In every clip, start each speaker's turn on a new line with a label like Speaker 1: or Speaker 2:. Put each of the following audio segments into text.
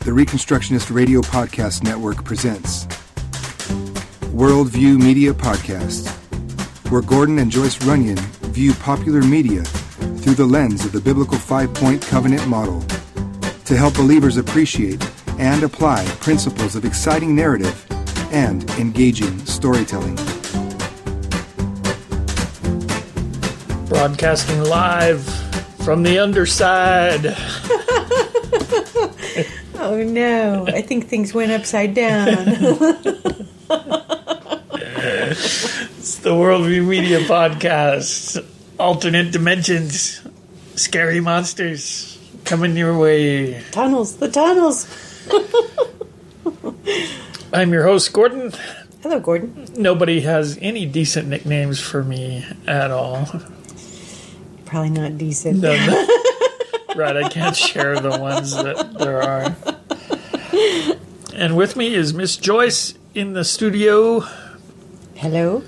Speaker 1: The Reconstructionist Radio Podcast Network presents Worldview Media Podcast, where Gordon and Joyce Runyon view popular media through the lens of the biblical five point covenant model to help believers appreciate and apply principles of exciting narrative and engaging storytelling.
Speaker 2: Broadcasting live from the underside.
Speaker 3: Oh no, I think things went upside down.
Speaker 2: It's the Worldview Media Podcast. Alternate dimensions, scary monsters coming your way.
Speaker 3: tunnels, the tunnels.
Speaker 2: I'm your host, Gordon.
Speaker 3: Hello, Gordon.
Speaker 2: Nobody has any decent nicknames for me at all.
Speaker 3: Probably not decent.
Speaker 2: No, no. right, I can't share the ones that there are. And with me is Miss Joyce in the studio,
Speaker 3: Hello.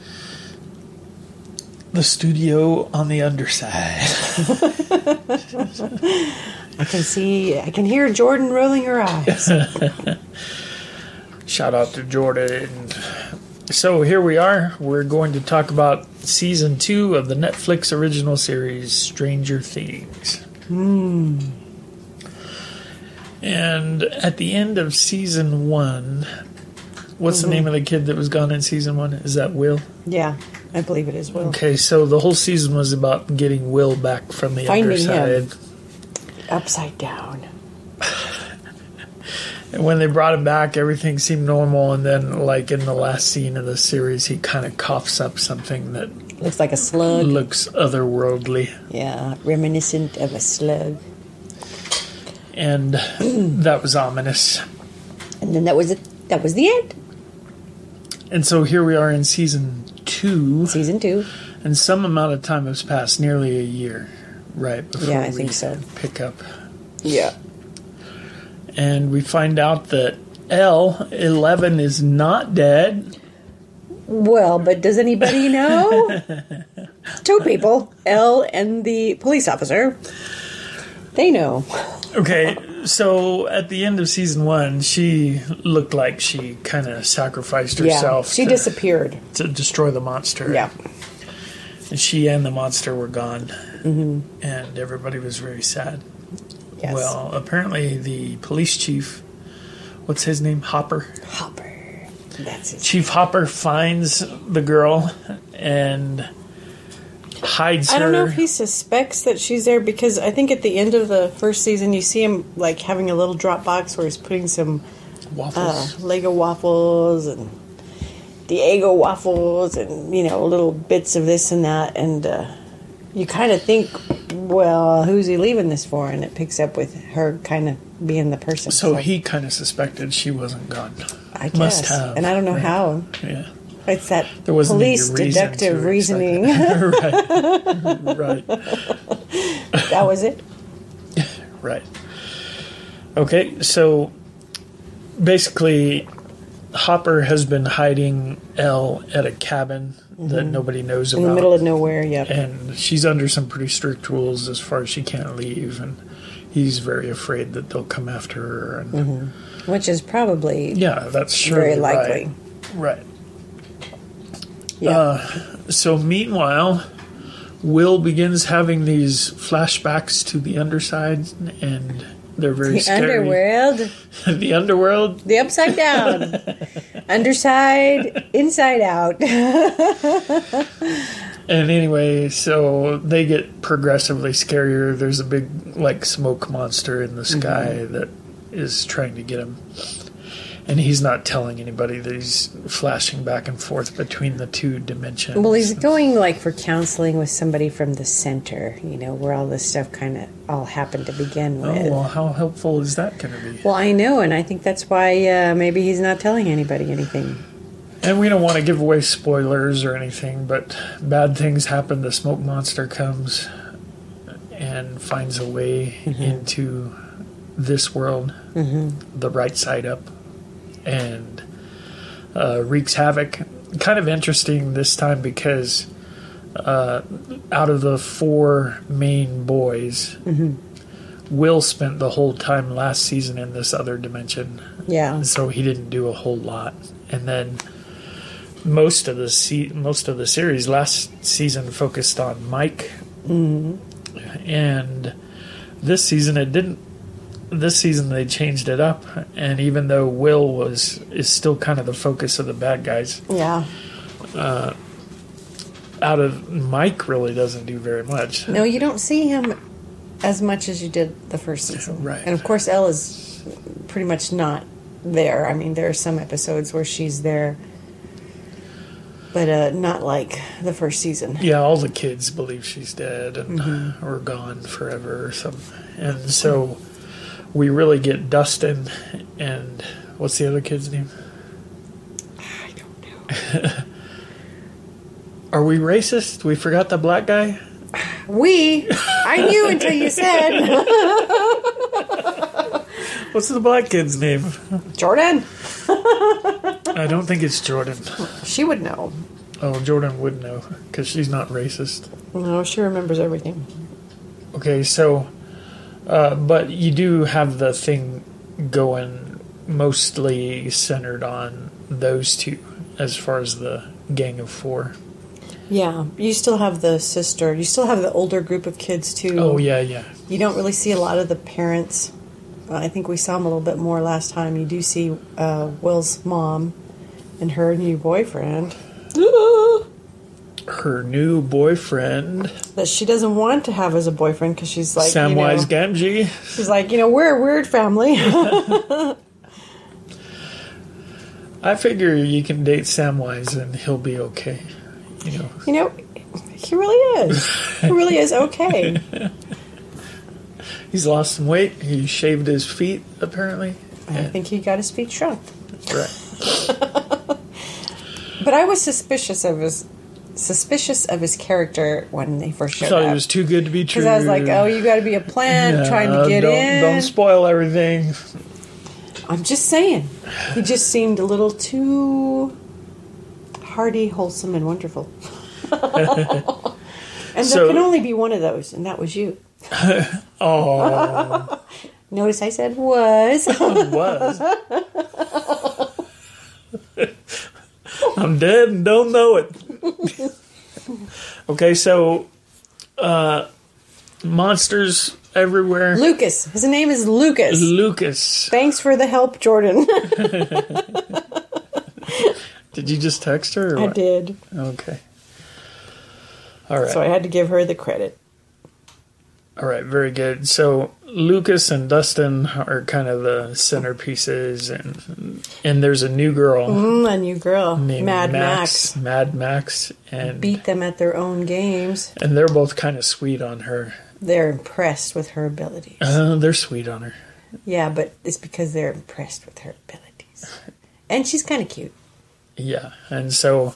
Speaker 2: the studio on the underside.
Speaker 3: I can see, I can hear Jordan rolling her eyes.
Speaker 2: Shout out to Jordan. So here we are. We're going to talk about season two of the Netflix original series Stranger Things. Hmm. And at the end of season one, what's
Speaker 3: Mm-hmm.
Speaker 2: the name of the kid that was gone in season one? Is that Will?
Speaker 3: yeah, I believe it is Will.
Speaker 2: Okay, so the whole season was about getting Will back from the
Speaker 3: Finding
Speaker 2: underside.
Speaker 3: him. Upside down.
Speaker 2: And when they brought him back, everything seemed normal. And then, like in the last scene of the series, he kind of coughs up something that
Speaker 3: Looks like a slug.
Speaker 2: looks otherworldly.
Speaker 3: Yeah, reminiscent of a slug.
Speaker 2: and that was ominous.
Speaker 3: And then that was it. That was the end.
Speaker 2: And so here we are in season two,
Speaker 3: Season two.
Speaker 2: and some amount of time has passed, nearly a year, right? Before
Speaker 3: Yeah, I
Speaker 2: we
Speaker 3: think so.
Speaker 2: Pick up,
Speaker 3: Yeah.
Speaker 2: and we find out that L eleven is not dead.
Speaker 3: Well, but does anybody know? two people, L and the police officer. They know.
Speaker 2: Okay, so at the end of season one, she looked like she kind of sacrificed herself.
Speaker 3: Yeah, she
Speaker 2: to,
Speaker 3: disappeared.
Speaker 2: to destroy the monster.
Speaker 3: Yeah,
Speaker 2: and she and the monster were gone,
Speaker 3: Mm-hmm.
Speaker 2: and everybody was very sad.
Speaker 3: yes.
Speaker 2: Well, apparently the police chief, what's his name? Hopper.
Speaker 3: Hopper. That's it.
Speaker 2: Chief Hopper finds the girl and hides
Speaker 4: I
Speaker 2: her.
Speaker 4: don't know if he suspects that she's there because I think at the end of the first season you see him like having a little drop box where he's putting some uh,
Speaker 2: waffles.
Speaker 4: Lego waffles and Diego waffles and you know little bits of this and that and uh, you kind of think, well, who's he leaving this for? And it picks up with her kind of being the person.
Speaker 2: so he kind of suspected she wasn't gone.
Speaker 4: I guess,
Speaker 2: must have,
Speaker 4: and I don't know
Speaker 2: right.
Speaker 4: how.
Speaker 2: Yeah.
Speaker 4: It's that
Speaker 2: There wasn't any
Speaker 4: police
Speaker 2: reason to expect
Speaker 4: deductive reasoning.
Speaker 2: it. right. Right.
Speaker 4: that was it.
Speaker 2: Right. Okay, so basically, Hopper has been hiding Elle at a cabin that nobody knows
Speaker 4: Mm-hmm. In
Speaker 2: about.
Speaker 4: the middle of nowhere, yep.
Speaker 2: and she's under some pretty strict rules as far as she can't leave and he's very afraid that they'll come after her and
Speaker 3: Which is probably
Speaker 2: yeah that's surely
Speaker 3: Mm-hmm. very likely.
Speaker 2: right, right.
Speaker 3: Yeah.
Speaker 2: Uh, so meanwhile will begins having these flashbacks to the underside and they're very
Speaker 3: the
Speaker 2: scary
Speaker 3: underworld,
Speaker 2: the underworld
Speaker 3: the upside down, underside, inside out.
Speaker 2: and anyway so they get progressively scarier there's a big like smoke monster in the
Speaker 3: Mm-hmm.
Speaker 2: sky that is trying to get him and he's not telling anybody that he's flashing back and forth between the two dimensions
Speaker 3: Well, he's going like for counseling with somebody from the center, you know, where all this stuff kind of all happened to begin
Speaker 2: oh
Speaker 3: with.
Speaker 2: well how helpful is that going to be
Speaker 3: Well, I know, and I think that's why uh, maybe he's not telling anybody anything.
Speaker 2: and we don't want to give away spoilers or anything but bad things happen the smoke monster comes and finds a way into this world the right side up and uh, wreaks havoc. Kind of interesting this time because uh, out of the four main boys, Will spent the whole time last season in this other dimension,
Speaker 4: Yeah.
Speaker 2: so he didn't do a whole lot. And then most of the se- most of the series last season focused on Mike, and this season it didn't. This season they changed it up, and even though Will was is still kind of the focus of the bad guys,
Speaker 4: Yeah.
Speaker 2: out of Mike really doesn't do very much.
Speaker 4: No, you don't see him as much as you did the first season.
Speaker 2: Right.
Speaker 4: And of course, Elle is pretty much not there. I mean, there are some episodes where she's there, but uh, not like the first season.
Speaker 2: Yeah, all the kids believe she's dead and
Speaker 4: Mm-hmm.
Speaker 2: or gone forever or something, and so we really get Dustin and what's the other kid's name?
Speaker 4: I don't know.
Speaker 2: Are we racist? We forgot the black guy.
Speaker 4: We, I knew until you said
Speaker 2: What's the black kid's name?
Speaker 4: Jordan.
Speaker 2: I don't think it's Jordan.
Speaker 4: She would know.
Speaker 2: Oh, Jordan would know because she's not racist.
Speaker 4: No, she remembers everything.
Speaker 2: Okay, so, uh, but you do have the thing going mostly centered on those two as far as the gang of four.
Speaker 4: Yeah, you still have the sister. You still have the older group of kids too.
Speaker 2: Oh, yeah, yeah.
Speaker 4: You don't really see a lot of the parents. Uh, I think we saw them a little bit more last time. You do see uh, Will's mom and her new boyfriend
Speaker 2: Her new boyfriend,
Speaker 4: that she doesn't want to have as a boyfriend because she's like you know,
Speaker 2: Samwise Gamgee.
Speaker 4: she's like you know we're a weird family.
Speaker 2: I figure you can date Samwise and he'll be okay. You know,
Speaker 4: you know, he really is. He really is okay.
Speaker 2: he's lost some weight. He shaved his feet, apparently.
Speaker 4: I think he got his feet shrunk.
Speaker 2: Right.
Speaker 4: But I was suspicious of his suspicious of his character when they first showed
Speaker 2: thought
Speaker 4: up.
Speaker 2: it was too good to be true.
Speaker 4: Because I was like, oh, you got to be a plant trying to
Speaker 2: Uh,
Speaker 4: get
Speaker 2: don't,
Speaker 4: in.
Speaker 2: Don't spoil everything.
Speaker 4: I'm just saying. He just seemed a little too hearty, wholesome, and wonderful. and
Speaker 2: So-
Speaker 4: there can only be one of those, and that was you.
Speaker 2: Oh,
Speaker 4: Notice I said was. Oh,
Speaker 2: it was. I'm dead and don't know it. okay, so uh, monsters everywhere.
Speaker 4: Lucas. His name is Lucas.
Speaker 2: Lucas,
Speaker 4: Thanks for the help, Jordan.
Speaker 2: did you just text her? Or
Speaker 4: I
Speaker 2: what?
Speaker 4: did.
Speaker 2: Okay. All right.
Speaker 4: So I had to give her the credit.
Speaker 2: All right, very good. So Lucas and Dustin are kind of the centerpieces, and and there's a new girl
Speaker 4: Mm, a new girl,
Speaker 2: named
Speaker 4: Mad
Speaker 2: Max,
Speaker 4: Max.
Speaker 2: Mad Max, and
Speaker 4: beat them at their own games.
Speaker 2: and they're both kind of sweet on her.
Speaker 4: They're impressed with her abilities.
Speaker 2: Uh, they're sweet on her.
Speaker 4: Yeah, but it's because they're impressed with her abilities. And she's kind of cute.
Speaker 2: Yeah, and so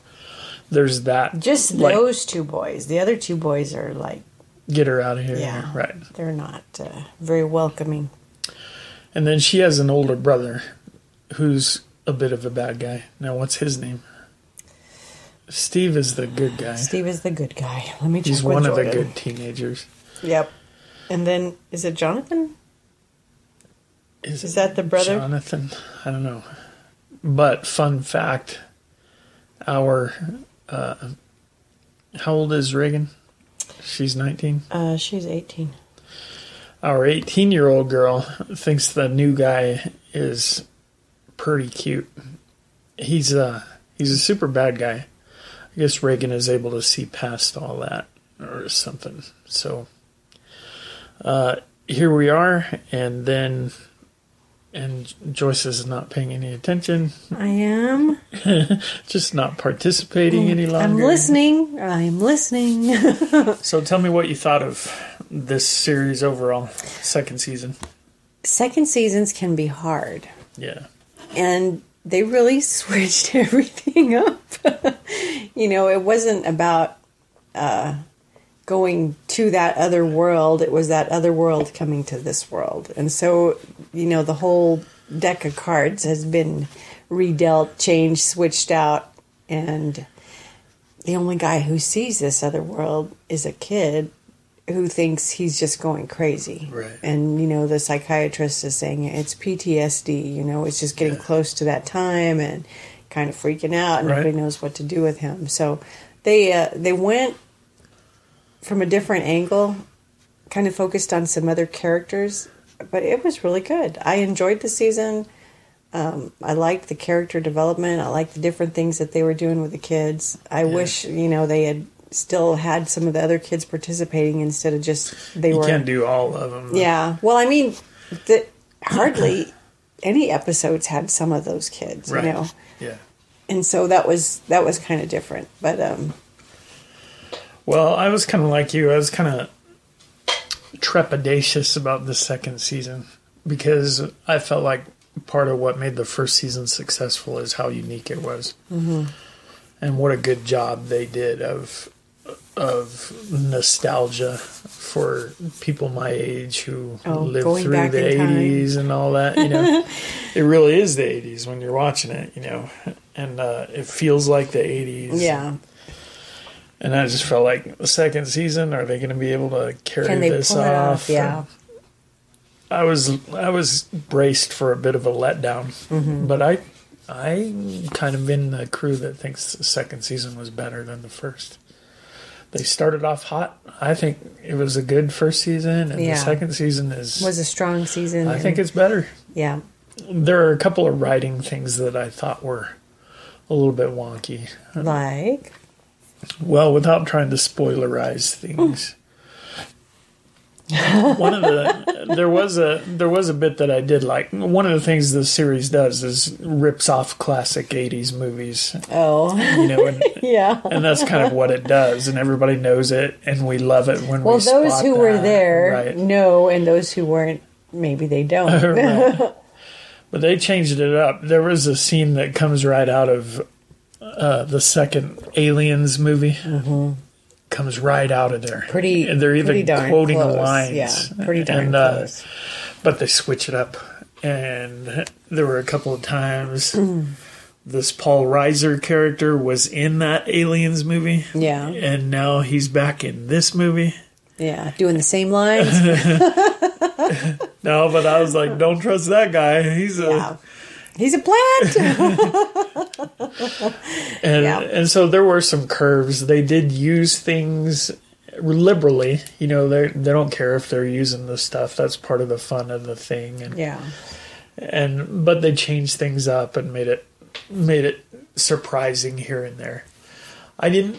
Speaker 2: there's that.
Speaker 4: Just
Speaker 2: Like-
Speaker 4: those two boys. The other two boys are like,
Speaker 2: Get her out of here.
Speaker 4: yeah,
Speaker 2: Right.
Speaker 4: They're not uh, very welcoming.
Speaker 2: And then she has an older brother, who's a bit of a bad guy. Now, what's his name? Steve is the good guy.
Speaker 4: Steve is the good guy. Let me check.
Speaker 2: He's
Speaker 4: with
Speaker 2: one of the
Speaker 4: Jordan.
Speaker 2: good teenagers.
Speaker 4: Yep. And then is it Jonathan? Is
Speaker 2: it
Speaker 4: that the brother?
Speaker 2: Jonathan? I don't know. But fun fact, our uh, how old is Reagan? She's nineteen.
Speaker 4: Uh, she's eighteen.
Speaker 2: Our eighteen-year-old girl thinks the new guy is pretty cute. He's uh he's a super bad guy. I guess Reagan is able to see past all that or something. So uh, here we are, and then and Joyce is not paying any attention.
Speaker 4: I am.
Speaker 2: just not participating any longer.
Speaker 4: I'm listening. I'm listening.
Speaker 2: So tell me what you thought of this series overall, second season.
Speaker 4: Second seasons can be hard.
Speaker 2: Yeah.
Speaker 4: and they really switched everything up. you know, it wasn't about uh, going to that other world, it was that other world coming to this world. And so, you know, the whole deck of cards has been redealt, changed, switched out, and the only guy who sees this other world is a kid who thinks he's just going crazy.
Speaker 2: Right.
Speaker 4: And, you know, the psychiatrist is saying it's PTSD, you know, it's just getting close to that time and kind of freaking out and
Speaker 2: Right.
Speaker 4: nobody knows what to do with him. So they uh, they went from a different angle, kind of focused on some other characters, but it was really good. I enjoyed the season. Um, I liked the character development. I liked the different things that they were doing with the kids. I wish you know they had still had some of the other kids participating instead of just they
Speaker 2: You
Speaker 4: were
Speaker 2: can't do all of them.
Speaker 4: yeah. Well, I mean, the, hardly any episodes had some of those kids,
Speaker 2: Right.
Speaker 4: you know,
Speaker 2: Yeah.
Speaker 4: and so that was that was kind of different. But um,
Speaker 2: Well, I was kind of like you. I was kind of trepidatious about the second season because I felt like part of what made the first season successful is how unique it was, mm-hmm. and what a good job they did of of nostalgia for people my age who
Speaker 4: Oh,
Speaker 2: lived
Speaker 4: going
Speaker 2: through
Speaker 4: back
Speaker 2: the
Speaker 4: in time.
Speaker 2: '80s and all that. You know, it really is the '80s when you're watching it. You know, and uh, it feels like the '80s.
Speaker 4: yeah,
Speaker 2: And I just felt like the second season, are they going to be able to carry
Speaker 4: can they pull
Speaker 2: this
Speaker 4: it
Speaker 2: off?
Speaker 4: off? Yeah.
Speaker 2: And I was I was braced for a bit of a letdown,
Speaker 4: Mm-hmm.
Speaker 2: but I I kind of in the crew that thinks the second season was better than the first. They started off hot. I think it was a good first season, and the
Speaker 4: Yeah.
Speaker 2: second season is
Speaker 4: was a strong season.
Speaker 2: I
Speaker 4: and-
Speaker 2: think it's better.
Speaker 4: yeah,
Speaker 2: There are a couple of writing things that I thought were a little bit wonky.
Speaker 4: like
Speaker 2: Well, without trying to spoilerize things, one of the there was a there was a bit that I did like. One of the things the series does is rips off classic '80s movies,
Speaker 4: oh
Speaker 2: you know, and,
Speaker 4: yeah.
Speaker 2: and that's kind of what it does, and everybody knows it, and we love it when
Speaker 4: Well,
Speaker 2: we.
Speaker 4: those
Speaker 2: spot
Speaker 4: who were
Speaker 2: that,
Speaker 4: there
Speaker 2: right?
Speaker 4: know, and those who weren't, maybe they don't.
Speaker 2: Right. But they changed it up. There was a scene that comes right out of uh, the second Aliens movie. Comes right out of there.
Speaker 4: Mm-hmm. Pretty,
Speaker 2: And they're
Speaker 4: pretty
Speaker 2: even
Speaker 4: darn
Speaker 2: quoting
Speaker 4: close.
Speaker 2: lines.
Speaker 4: Yeah, pretty darn
Speaker 2: And, uh,
Speaker 4: close.
Speaker 2: but they switch it up. And there were a couple of times
Speaker 4: Mm.
Speaker 2: this Paul Reiser character was in that Aliens movie.
Speaker 4: Yeah.
Speaker 2: And now he's back in this movie.
Speaker 4: Yeah, doing the same lines.
Speaker 2: No, but I was like, don't trust that guy. He's a
Speaker 4: yeah. He's a plant.
Speaker 2: and
Speaker 4: Yeah.
Speaker 2: and so there were some curves. They did use things liberally. You know, they they don't care if they're using the stuff. That's part of the fun of the thing. And
Speaker 4: yeah.
Speaker 2: and but they changed things up and made it made it surprising here and there. I didn't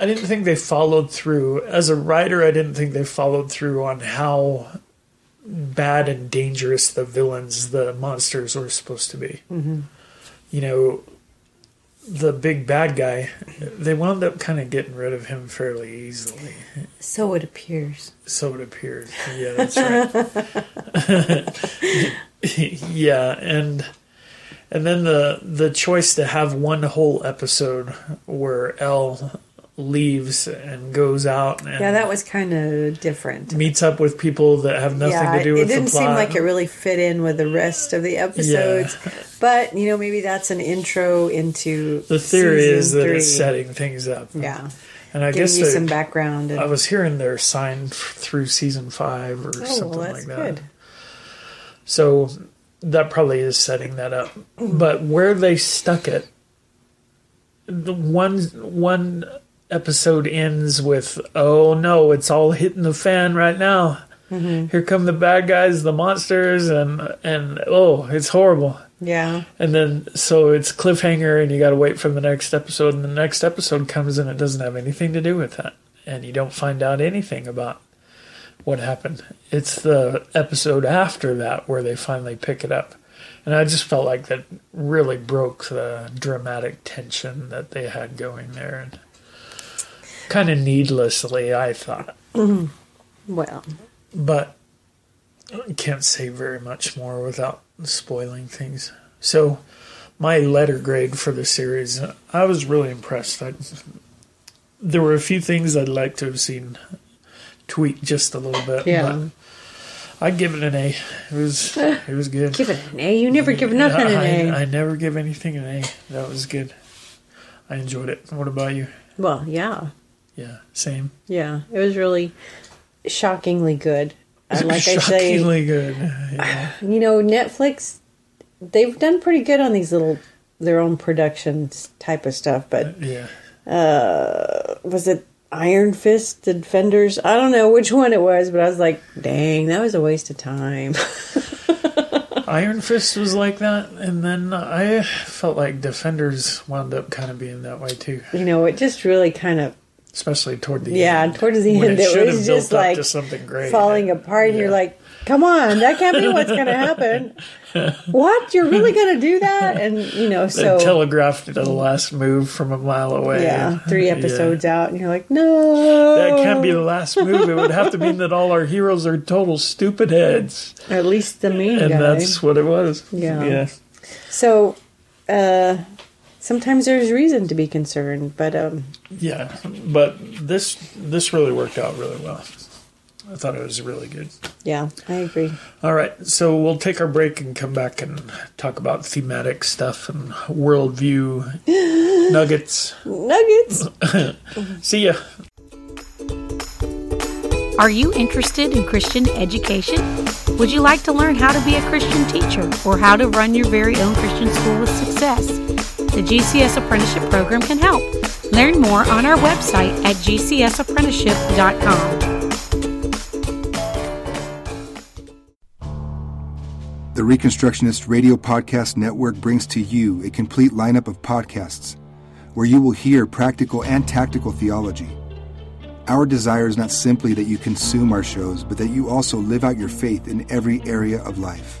Speaker 2: I didn't think they followed through as a writer. I didn't think they followed through on how bad and dangerous the villains, the monsters, were supposed to be. You know, the big bad guy. They wound up kind of getting rid of him fairly easily.
Speaker 4: So it appears.
Speaker 2: So it appeared. Yeah, that's right. yeah, and and then the the choice to have one whole episode where Elle leaves and goes out and
Speaker 4: Yeah, that was kind of different.
Speaker 2: meets up with people that have nothing
Speaker 4: yeah,
Speaker 2: to do
Speaker 4: it-
Speaker 2: with
Speaker 4: it didn't
Speaker 2: the plot.
Speaker 4: seem like it really fit in with the rest of the episodes. But you know, maybe that's an intro into
Speaker 2: the theory
Speaker 4: season
Speaker 2: is that
Speaker 4: three.
Speaker 2: it's setting things up.
Speaker 4: Yeah,
Speaker 2: and I
Speaker 4: giving
Speaker 2: guess
Speaker 4: you
Speaker 2: they-
Speaker 4: some background. And,
Speaker 2: I was hearing their sign f- through season five or
Speaker 4: oh,
Speaker 2: something
Speaker 4: well, that's
Speaker 2: like that.
Speaker 4: good.
Speaker 2: So that probably is setting that up. But where they stuck it, the one one episode ends with, "Oh no, it's all hitting the fan right now. Here come the bad guys, the monsters, and and oh, it's horrible."
Speaker 4: Yeah,
Speaker 2: And then so it's cliffhanger, and you got to wait for the next episode. And the next episode comes, and it doesn't have anything to do with that, and you don't find out anything about what happened. It's the episode after that where they finally pick it up. And I just felt like that really broke the dramatic tension that they had going there, and kind of needlessly, I thought.
Speaker 4: well,
Speaker 2: But I can't say very much more without spoiling things. So, my letter grade for the series, I was really impressed. I, there were a few things I'd like to have seen tweaked just a little bit.
Speaker 4: Yeah.
Speaker 2: but I'd give it an A. It was it was good.
Speaker 4: give it an A. You never give nothing
Speaker 2: I,
Speaker 4: an A.
Speaker 2: I never give anything an A. That was good. I enjoyed it. What about you?
Speaker 4: well, yeah,
Speaker 2: Yeah, same.
Speaker 4: yeah. It was really shockingly good. And like I say,
Speaker 2: Shockingly good. Yeah.
Speaker 4: you know, Netflix, they've done pretty good on these little their own productions type of stuff. But
Speaker 2: yeah.
Speaker 4: was it Iron Fist, The Defenders? I don't know which one it was, but I was like, dang, that was a waste of time.
Speaker 2: Iron Fist was like that, and then I felt like Defenders wound up kind of being that way too,
Speaker 4: you know, it just really kind of
Speaker 2: especially toward the
Speaker 4: yeah,
Speaker 2: end.
Speaker 4: towards the
Speaker 2: when
Speaker 4: end,
Speaker 2: it,
Speaker 4: it,
Speaker 2: should
Speaker 4: was
Speaker 2: have built
Speaker 4: just
Speaker 2: up
Speaker 4: like
Speaker 2: to something great.
Speaker 4: falling apart, and you're
Speaker 2: Yeah.
Speaker 4: like, "Come on, that can't be what's going to happen. what? You're really going to do that?" And you know,
Speaker 2: They
Speaker 4: so
Speaker 2: telegraphed the last move from a mile away.
Speaker 4: yeah, three
Speaker 2: Yeah.
Speaker 4: episodes Oh. out, and you're like, "No,
Speaker 2: That can't be the last move. It would have to mean that all our heroes are total stupid heads,
Speaker 4: at least the main
Speaker 2: and
Speaker 4: guy."
Speaker 2: that's what it was.
Speaker 4: Yeah.
Speaker 2: yeah.
Speaker 4: So, uh, sometimes there's reason to be concerned, but um,
Speaker 2: Yeah, but this this really worked out really well. I thought it was really good.
Speaker 4: yeah, I agree.
Speaker 2: All right, so we'll take our break and come back and talk about thematic stuff and worldview nuggets.
Speaker 4: Nuggets.
Speaker 2: See ya.
Speaker 5: Are you interested in Christian education? Would you like to learn how to be a Christian teacher or how to run your very own Christian school with success? The GCS Apprenticeship Program can help. Learn more on our website at gcsapprenticeship.com.
Speaker 1: The Reconstructionist Radio Podcast Network brings to you a complete lineup of podcasts where you will hear practical and tactical theology. Our desire is not simply that you consume our shows, but that you also live out your faith in every area of life.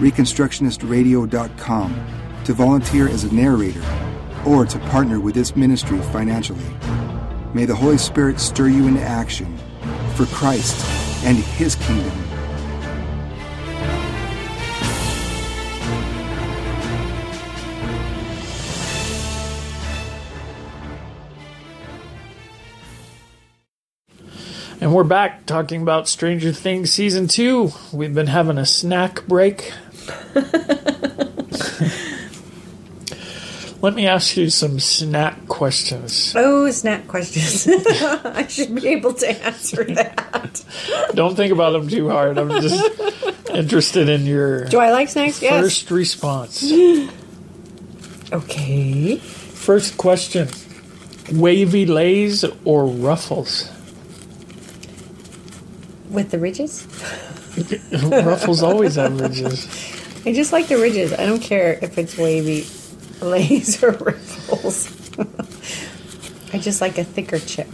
Speaker 1: ReconstructionistRadio.com to volunteer as a narrator or to partner with this ministry financially. May the Holy Spirit stir you into action for Christ and His kingdom.
Speaker 2: And we're back talking about Stranger Things season two. We've been having a snack break. Let me ask you some snack questions.
Speaker 4: Oh, snack questions. I should be able to answer that.
Speaker 2: Don't think about them too hard. I'm just interested in your
Speaker 4: Do I like snacks? Yes.
Speaker 2: first response.
Speaker 4: Okay.
Speaker 2: First question Wavy Lays or Ruffles?
Speaker 4: With the ridges?
Speaker 2: Ruffles always have ridges.
Speaker 4: I just like the ridges. I don't care if it's wavy, lays, or ripples. I just like a thicker chip.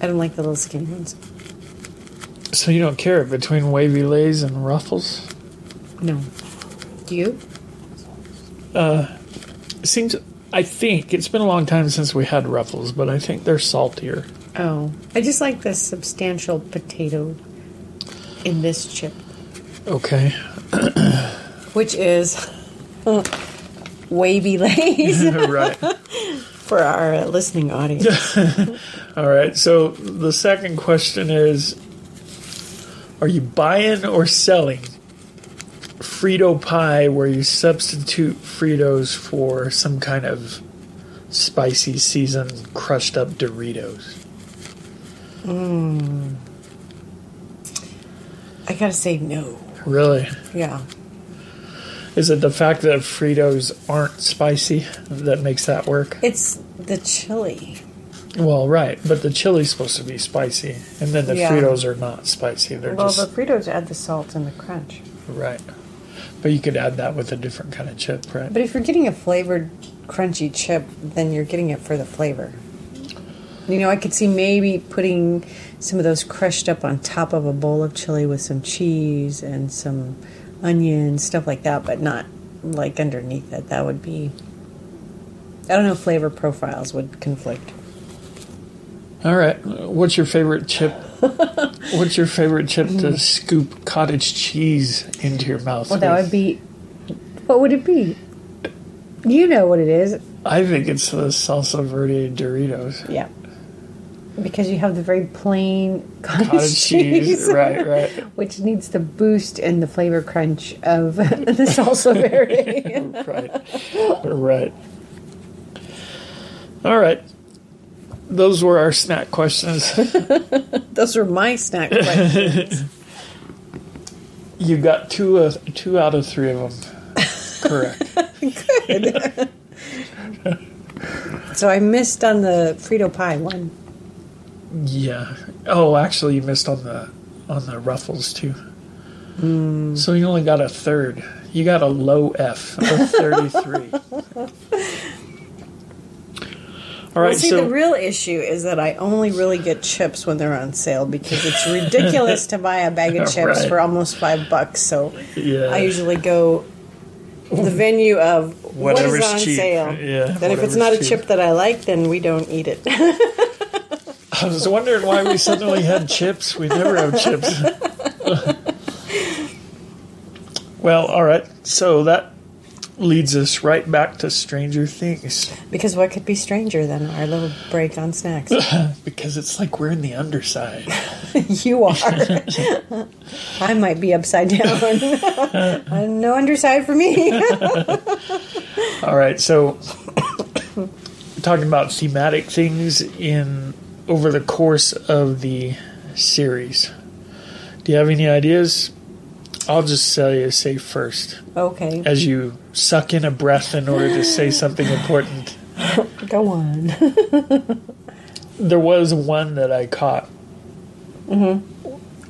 Speaker 4: I don't like the little skinny ones.
Speaker 2: So you don't care between Wavy Lays and Ruffles?
Speaker 4: No. Do you?
Speaker 2: It seems, I think, it's been a long time since we had Ruffles, but I think they're saltier.
Speaker 4: Oh. I just like the substantial potato in this chip,
Speaker 2: Okay.
Speaker 4: which is wavy lays
Speaker 2: right.
Speaker 4: for our uh, listening audience.
Speaker 2: All right. So the second question is Are you buying or selling Frito pie where you substitute Fritos for some kind of spicy, seasoned, crushed up Doritos?
Speaker 6: I gotta say no.
Speaker 2: Really?
Speaker 6: Yeah.
Speaker 2: Is it the fact that Fritos aren't spicy that makes that work?
Speaker 6: It's the chili.
Speaker 2: Well, right, but the chili's supposed to be spicy, and then the
Speaker 6: Yeah.
Speaker 2: Fritos are not spicy. They're
Speaker 6: Well, the
Speaker 2: just
Speaker 6: Fritos add the salt and the crunch.
Speaker 2: right. But you could add that with a different kind of chip, right?
Speaker 6: But if you're getting a flavored crunchy chip, then you're getting it for the flavor.
Speaker 4: You know, I could see maybe putting some of those crushed up on top of a bowl of chili with some cheese and some onions, stuff like that, but not like underneath it. That would be. I don't know, flavor profiles would conflict.
Speaker 2: All right. What's your favorite chip What's your favorite chip
Speaker 6: Mm.
Speaker 2: to scoop cottage cheese into your mouth?
Speaker 3: Well, that would be. What would it be? You know what it is.
Speaker 2: I think it's the salsa verde Doritos.
Speaker 3: Yeah. Because you have the very plain cottage,
Speaker 2: Cottage cheese, right, right.
Speaker 3: Which needs the boost and the flavor crunch of the salsa verde.
Speaker 2: right. Right. All right. Those were our snack questions.
Speaker 4: Those were my snack questions.
Speaker 2: You got two uh, two out of three of them. Correct.
Speaker 4: so I missed on the Frito pie one.
Speaker 2: Yeah. Oh, actually, you missed on the on the ruffles too.
Speaker 4: Hmm.
Speaker 2: So you only got a third. You got a low F of thirty three. All right.
Speaker 4: Well, see,
Speaker 2: so
Speaker 4: the real issue is that I only really get chips when they're on sale because it's ridiculous to buy a bag of chips
Speaker 2: Right.
Speaker 4: for almost five bucks. So
Speaker 2: Yeah.
Speaker 4: I usually go the venue of what
Speaker 2: Whatever's
Speaker 4: is on
Speaker 2: cheap.
Speaker 4: sale.
Speaker 2: Yeah,
Speaker 4: Then if
Speaker 2: whatever's
Speaker 4: it's not a
Speaker 2: cheap.
Speaker 4: chip that I like, then we don't eat it.
Speaker 2: I was wondering why we suddenly had chips. We never have chips. well, all right. So that leads us right back to Stranger Things
Speaker 4: because what could be stranger than our little break on snacks?
Speaker 2: because it's like we're in the underside.
Speaker 4: you are. I might be upside down. no underside for me.
Speaker 2: All right. So talking about thematic things in over the course of the series. Do you have any ideas? I'll just say say first
Speaker 4: okay,
Speaker 2: as you suck in a breath in order to say something important.
Speaker 4: go on.
Speaker 2: there was one that I caught. Mm-hmm.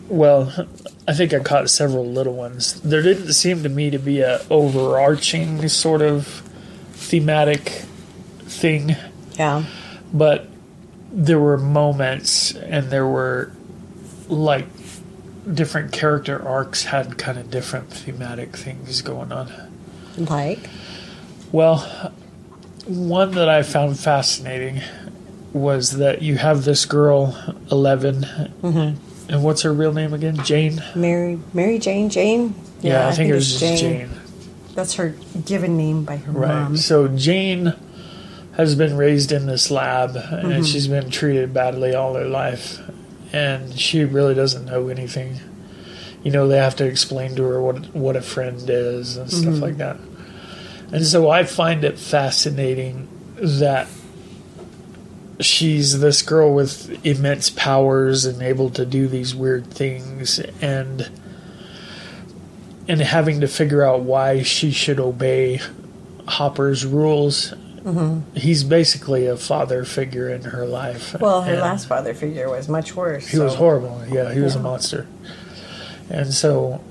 Speaker 2: Well, I think I caught several little ones. There didn't seem to me to be a overarching sort of thematic thing,
Speaker 4: Yeah.
Speaker 2: but there were moments and there were like different character arcs had kind of different thematic things going on.
Speaker 4: Like?
Speaker 2: Well, one that I found fascinating was that you have this girl, 11, and what's her real name again? Jane?
Speaker 4: Mary, Mary Jane, Jane.
Speaker 2: Yeah, I, think it was
Speaker 4: it's
Speaker 2: just Jane. Um,
Speaker 4: That's her given name by her
Speaker 2: Right.
Speaker 4: mom.
Speaker 2: So Jane has been raised in this lab and she's been treated badly all her life and she really doesn't know anything. You know, they have to explain to her what what a friend is and stuff like that. And so I find it fascinating that she's this girl with immense powers and able to do these weird things and and having to figure out why she should obey Hopper's rules.
Speaker 4: Mm-hmm.
Speaker 2: He's basically a father figure in her life.
Speaker 4: Well, her
Speaker 2: And
Speaker 4: last father figure was much worse.
Speaker 2: he
Speaker 4: so-
Speaker 2: was horrible. Yeah, he was a monster. And so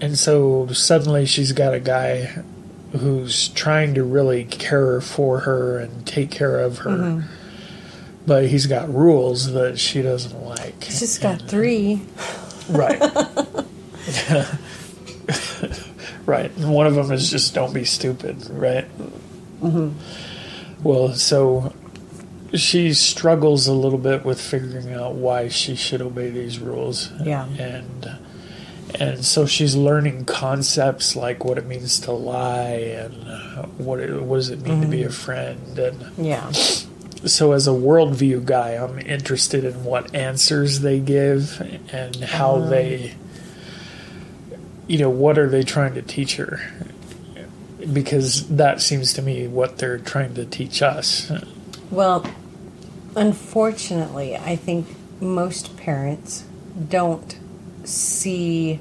Speaker 2: and so suddenly she's got a guy who's trying to really care for her and take care of her. But he's got rules that she doesn't like.
Speaker 4: He's just got three.
Speaker 2: Right. right. And one of them is just don't be stupid, right? Well, so she struggles a little bit with figuring out why she should obey these rules.
Speaker 4: Yeah.
Speaker 2: And and so she's learning concepts like what it means to lie and uh, what it, what does it mean to be a friend and
Speaker 4: Yeah.
Speaker 2: so as a worldview guy, I'm interested in what answers they give and how
Speaker 4: Uh-huh.
Speaker 2: they, you know, what are they trying to teach her? Because that seems to me what they're trying to teach us.
Speaker 4: Well, unfortunately, I think most parents don't see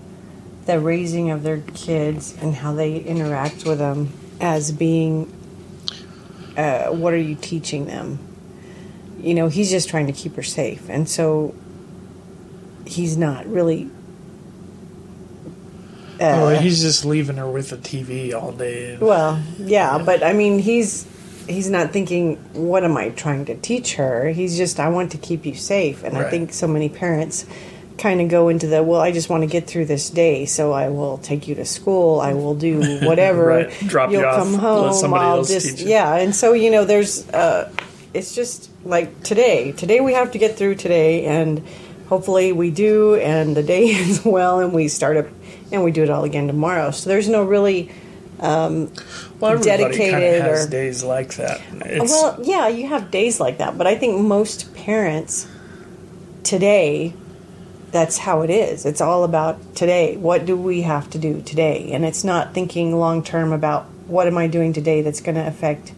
Speaker 4: the raising of their kids and how they interact with them as being uh, what are you teaching them? You know, he's just trying to keep her safe. And so he's not really.
Speaker 2: oh, he's just leaving her with a TV all day. and-
Speaker 4: Well, yeah, but I mean, he's he's not thinking, "What am I trying to teach her?" He's just, "I want to keep you safe," and
Speaker 2: Right.
Speaker 4: I think so many parents kind of go into the, "Well, I just want to get through this day, so I will take you to school, I will do whatever,
Speaker 2: Right. Drop you
Speaker 4: you'll
Speaker 2: off,
Speaker 4: come
Speaker 2: let
Speaker 4: home,
Speaker 2: somebody
Speaker 4: I'll
Speaker 2: else
Speaker 4: just
Speaker 2: teach you."
Speaker 4: yeah." And so you know, there's uh, it's just like today. Today we have to get through today, and hopefully we do, and the day ends well, and we start up and we do it all again tomorrow. So there's no really.
Speaker 2: Well, everybody kinda
Speaker 4: Dedicated
Speaker 2: has
Speaker 4: or-
Speaker 2: days like that. It's,
Speaker 4: Well, yeah, you have days like that, but I think most parents today that's how it is. It's all about today. What do we have to do today? And it's not thinking long term about what am I doing today that's going to affect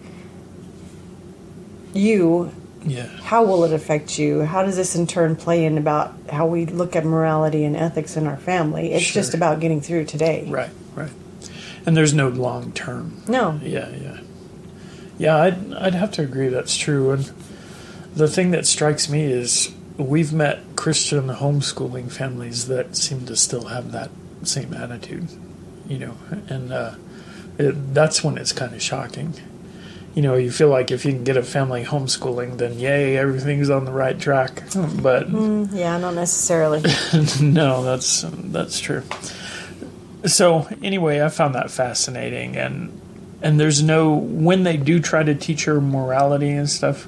Speaker 4: you?
Speaker 2: yeah,
Speaker 4: How will it affect you? How does this in turn play in about how we look at morality and ethics in our family? It's
Speaker 2: Sure.
Speaker 4: just about getting through today.
Speaker 2: right, right. And there's no long term.
Speaker 4: No.
Speaker 2: Yeah, yeah, yeah. I'd I'd have to agree that's true. And the thing that strikes me is we've met Christian homeschooling families that seem to still have that same attitude, you know, and uh, it, that's when it's kind of shocking. You know, you feel like if you can get a family homeschooling, then yay, everything's on the right track. But
Speaker 4: Yeah, not necessarily.
Speaker 2: no, that's that's true. So anyway, I found that fascinating, and and there's no when they do try to teach her morality and stuff,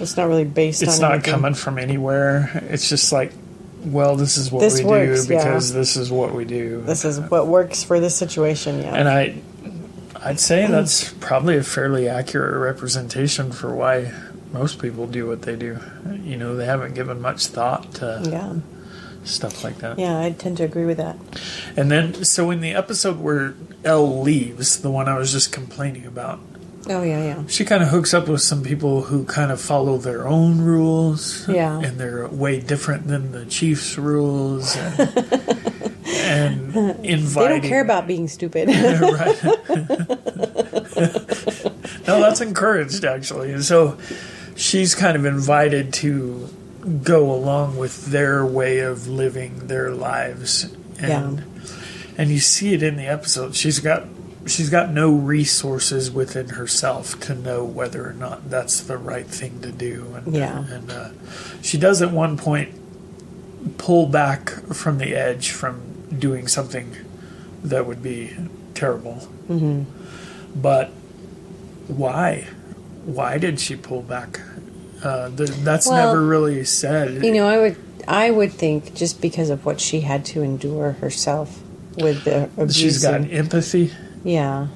Speaker 4: It's not really based on
Speaker 2: it's not
Speaker 4: anything.
Speaker 2: coming from anywhere. It's just like, well, this is what
Speaker 4: This
Speaker 2: we
Speaker 4: works,
Speaker 2: do
Speaker 4: yeah.
Speaker 2: because this is what we do.
Speaker 4: This is what works for this situation, yeah.
Speaker 2: and I, I'd say
Speaker 4: Mm.
Speaker 2: that's probably a fairly accurate representation for why most people do what they do. You know, they haven't given much thought to
Speaker 4: Yeah,
Speaker 2: stuff like that.
Speaker 4: yeah, I tend to agree with that.
Speaker 2: And then, so in the episode where Elle leaves, the one I was just complaining about,
Speaker 4: Oh yeah, yeah,
Speaker 2: she kind of hooks up with some people who kind of follow their own rules.
Speaker 4: Yeah.
Speaker 2: And they're way different than the chief's rules. And, and
Speaker 4: they
Speaker 2: inviting.
Speaker 4: don't care about being stupid.
Speaker 2: right. no, that's encouraged, actually. And so she's kind of invited to go along with their way of living their lives. And, and you see it in the episode. She's got she's got no resources within herself to know whether or not that's the right thing to do. And,
Speaker 4: Yeah.
Speaker 2: and uh, she does at one point pull back from the edge from doing something that would be terrible. Mm-hmm. But why? Why did she pull back? Uh, th- that's
Speaker 4: Well,
Speaker 2: never really said.
Speaker 4: you know, I would, I would think just because of what she had to endure herself with the abuse.
Speaker 2: She's got
Speaker 4: and-
Speaker 2: empathy.
Speaker 4: yeah,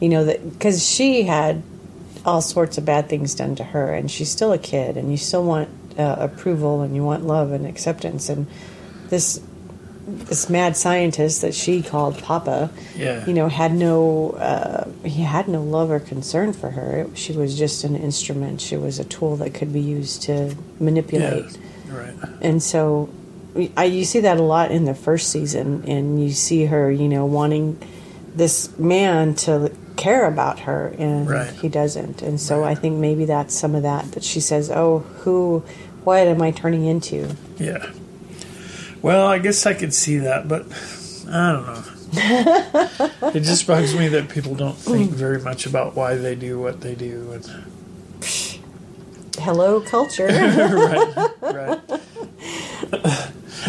Speaker 4: you know that because she had all sorts of bad things done to her, and she's still a kid, and you still want uh, approval, and you want love and acceptance, and this this mad scientist that she called Papa,
Speaker 2: Yeah.
Speaker 4: you know, had no uh, he had no love or concern for her. It, she was just an instrument. She was a tool that could be used to manipulate.
Speaker 2: Yeah, right.
Speaker 4: And so, I, you see that a lot in the first season, and you see her, you know, wanting this man to care about her, and
Speaker 2: Right.
Speaker 4: he doesn't. And so, I think maybe that's some of that that she says, "Oh, who, what am I turning into?"
Speaker 2: Yeah. Well, I guess I could see that, but I don't know. it just bugs me that people don't think very much about why they do what they do. And,
Speaker 4: Hello, culture.
Speaker 2: right, right.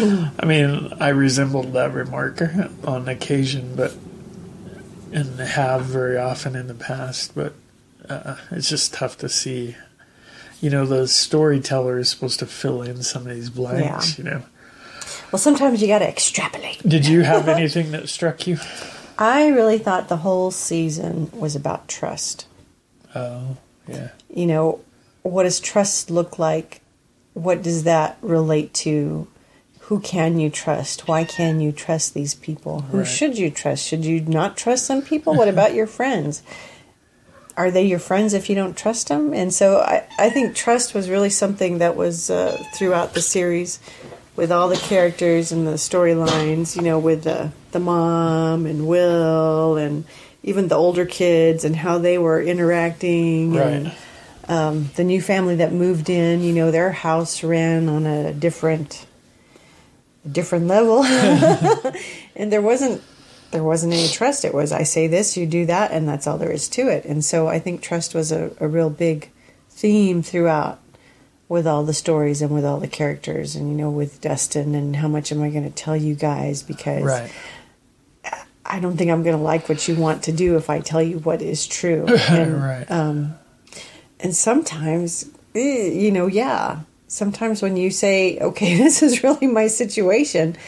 Speaker 2: I mean, I resembled that remark on occasion, but and have very often in the past, but uh, it's just tough to see. You know, the storyteller is supposed to fill in some of these blanks. You know,
Speaker 4: well, sometimes you got to extrapolate.
Speaker 2: did you have anything that struck you?
Speaker 4: I really thought the whole season was about trust.
Speaker 2: Oh, yeah,
Speaker 4: you know, what does trust look like? What does that relate to? Who can you trust? Why can you trust these people? Who
Speaker 2: Right.
Speaker 4: should you trust? Should you not trust some people? What about your friends? Are they your friends if you don't trust them? And so I, I think trust was really something that was uh, throughout the series with all the characters and the storylines, you know, with the, the mom and Will and even the older kids and how they were interacting and um,
Speaker 2: right.
Speaker 4: the new family that moved in, you know, their house ran on a different different level. and there wasn't there wasn't any trust. It was I say this, you do that, and that's all there is to it. And so I think trust was a, a real big theme throughout with all the stories and with all the characters and you know with Dustin and how much am I going to tell you guys because
Speaker 2: Right.
Speaker 4: I don't think I'm going to like what you want to do if I tell you what is true. And
Speaker 2: Right.
Speaker 4: and sometimes eh, you know, yeah. Sometimes when you say, okay, this is really my situation,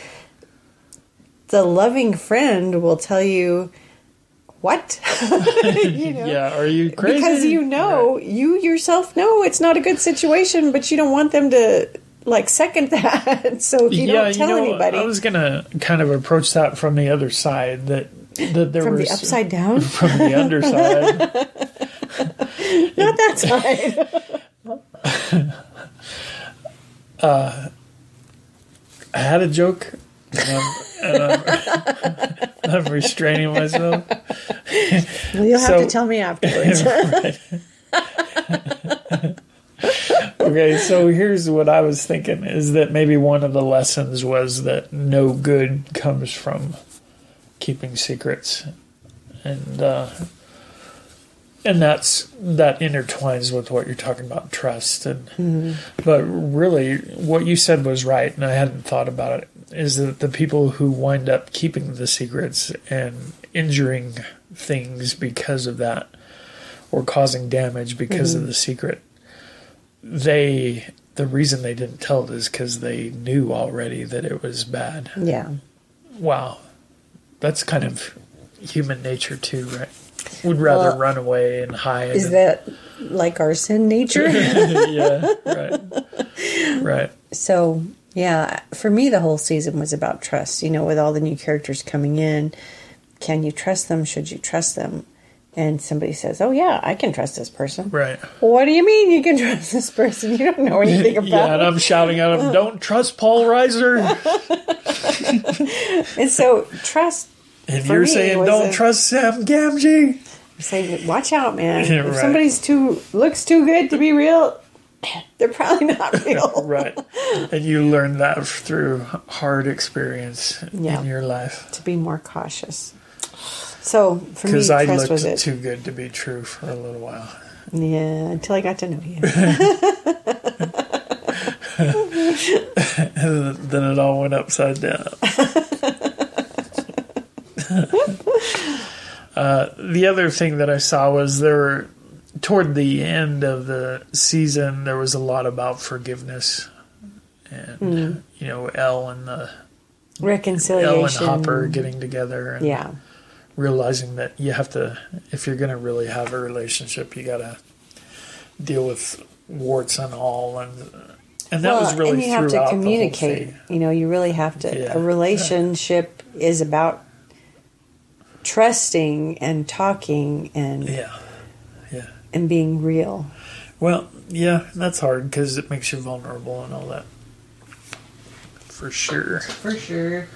Speaker 4: the loving friend will tell you, what? you know?
Speaker 2: Yeah, are you crazy?
Speaker 4: Because you know, you yourself know it's not a good situation, but you don't want them to like second that. so if you don't tell
Speaker 2: know,
Speaker 4: anybody
Speaker 2: I was gonna kind of approach that from the other side that that there
Speaker 4: from
Speaker 2: was
Speaker 4: the upside down,
Speaker 2: from the underside.
Speaker 4: not that side.
Speaker 2: I had a joke, and I'm, and I'm, I'm restraining myself.
Speaker 4: You'll have
Speaker 2: So-
Speaker 4: to tell me afterwards.
Speaker 2: Okay, so here's what I was thinking is that maybe one of the lessons was that no good comes from keeping secrets. And uh and that's that intertwines with what you're talking about trust and but really what you said was right and I hadn't thought about it is that the people who wind up keeping the secrets and injuring things because of that or causing damage because of the secret they the reason they didn't tell it is because they knew already that it was bad.
Speaker 4: yeah.
Speaker 2: Wow, that's kind of human nature too, right? Would rather
Speaker 4: Well,
Speaker 2: run away and hide.
Speaker 4: Is that like our sin nature?
Speaker 2: yeah, right, right.
Speaker 4: so, yeah, for me, the whole season was about trust. You know, with all the new characters coming in, can you trust them? Should you trust them? And somebody says, Oh, yeah, I can trust this person.
Speaker 2: Right.
Speaker 4: Well, what do you mean you can trust this person? You don't know anything about
Speaker 2: Yeah, and I'm shouting at him, "Don't trust Paul Reiser,"
Speaker 4: And so, trust.
Speaker 2: and
Speaker 4: For
Speaker 2: you're
Speaker 4: me,
Speaker 2: saying,
Speaker 4: was
Speaker 2: "Don't
Speaker 4: it-
Speaker 2: trust Sam Gamgee."
Speaker 4: Say, watch out, man.
Speaker 2: Yeah,
Speaker 4: If
Speaker 2: right.
Speaker 4: somebody's too looks too good to be real, they're probably not real.
Speaker 2: Right, and you learn that through hard experience
Speaker 4: Yeah.
Speaker 2: in your life.
Speaker 4: To be more cautious. So for me,
Speaker 2: Because I
Speaker 4: trust was
Speaker 2: looked
Speaker 4: it.
Speaker 2: too good to be true for a little while.
Speaker 4: Yeah, until I got to know you.
Speaker 2: Then it all went upside down. uh, the other thing that I saw was there were, toward the end of the season, there was a lot about forgiveness. And,
Speaker 4: Hmm.
Speaker 2: you know, Elle and the Elle and
Speaker 4: Reconciliation.
Speaker 2: Hopper getting together and
Speaker 4: Yeah.
Speaker 2: realizing that you have to, if you're going to really have a relationship, you got to deal with warts and all. And, and that was really
Speaker 4: and you have
Speaker 2: throughout the
Speaker 4: to
Speaker 2: whole
Speaker 4: communicate.
Speaker 2: thing.
Speaker 4: You know, you really have to.
Speaker 2: Yeah.
Speaker 4: A relationship is about trusting and talking and
Speaker 2: Yeah. Yeah.
Speaker 4: and being real.
Speaker 2: Well, yeah, that's hard because it makes you vulnerable and all that. For sure.
Speaker 4: For sure.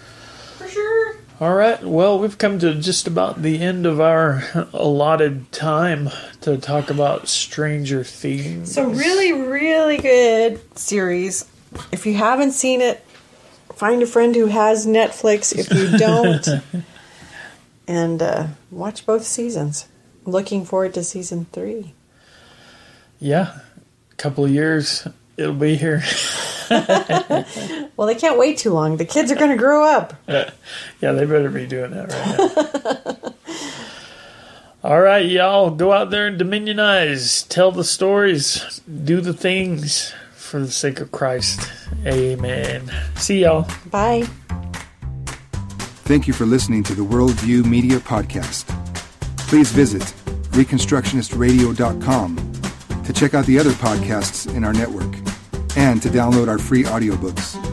Speaker 4: For sure.
Speaker 2: All right. Well, we've come to just about the end of our allotted time to talk about Stranger Things.
Speaker 4: So really, really good series. If you haven't seen it, find a friend who has Netflix. If you don't, and uh, watch both seasons. Looking forward to season three.
Speaker 2: yeah, couple of years, it'll be here.
Speaker 4: Well, they can't wait too long. The kids are going to grow up.
Speaker 2: yeah, they better be doing that right now. All right, y'all, go out there and dominionize, tell the stories, do the things for the sake of Christ. Amen. See y'all.
Speaker 4: Bye.
Speaker 1: Thank you for listening to the Worldview Media Podcast. Please visit ReconstructionistRadio.com to check out the other podcasts in our network and to download our free audiobooks.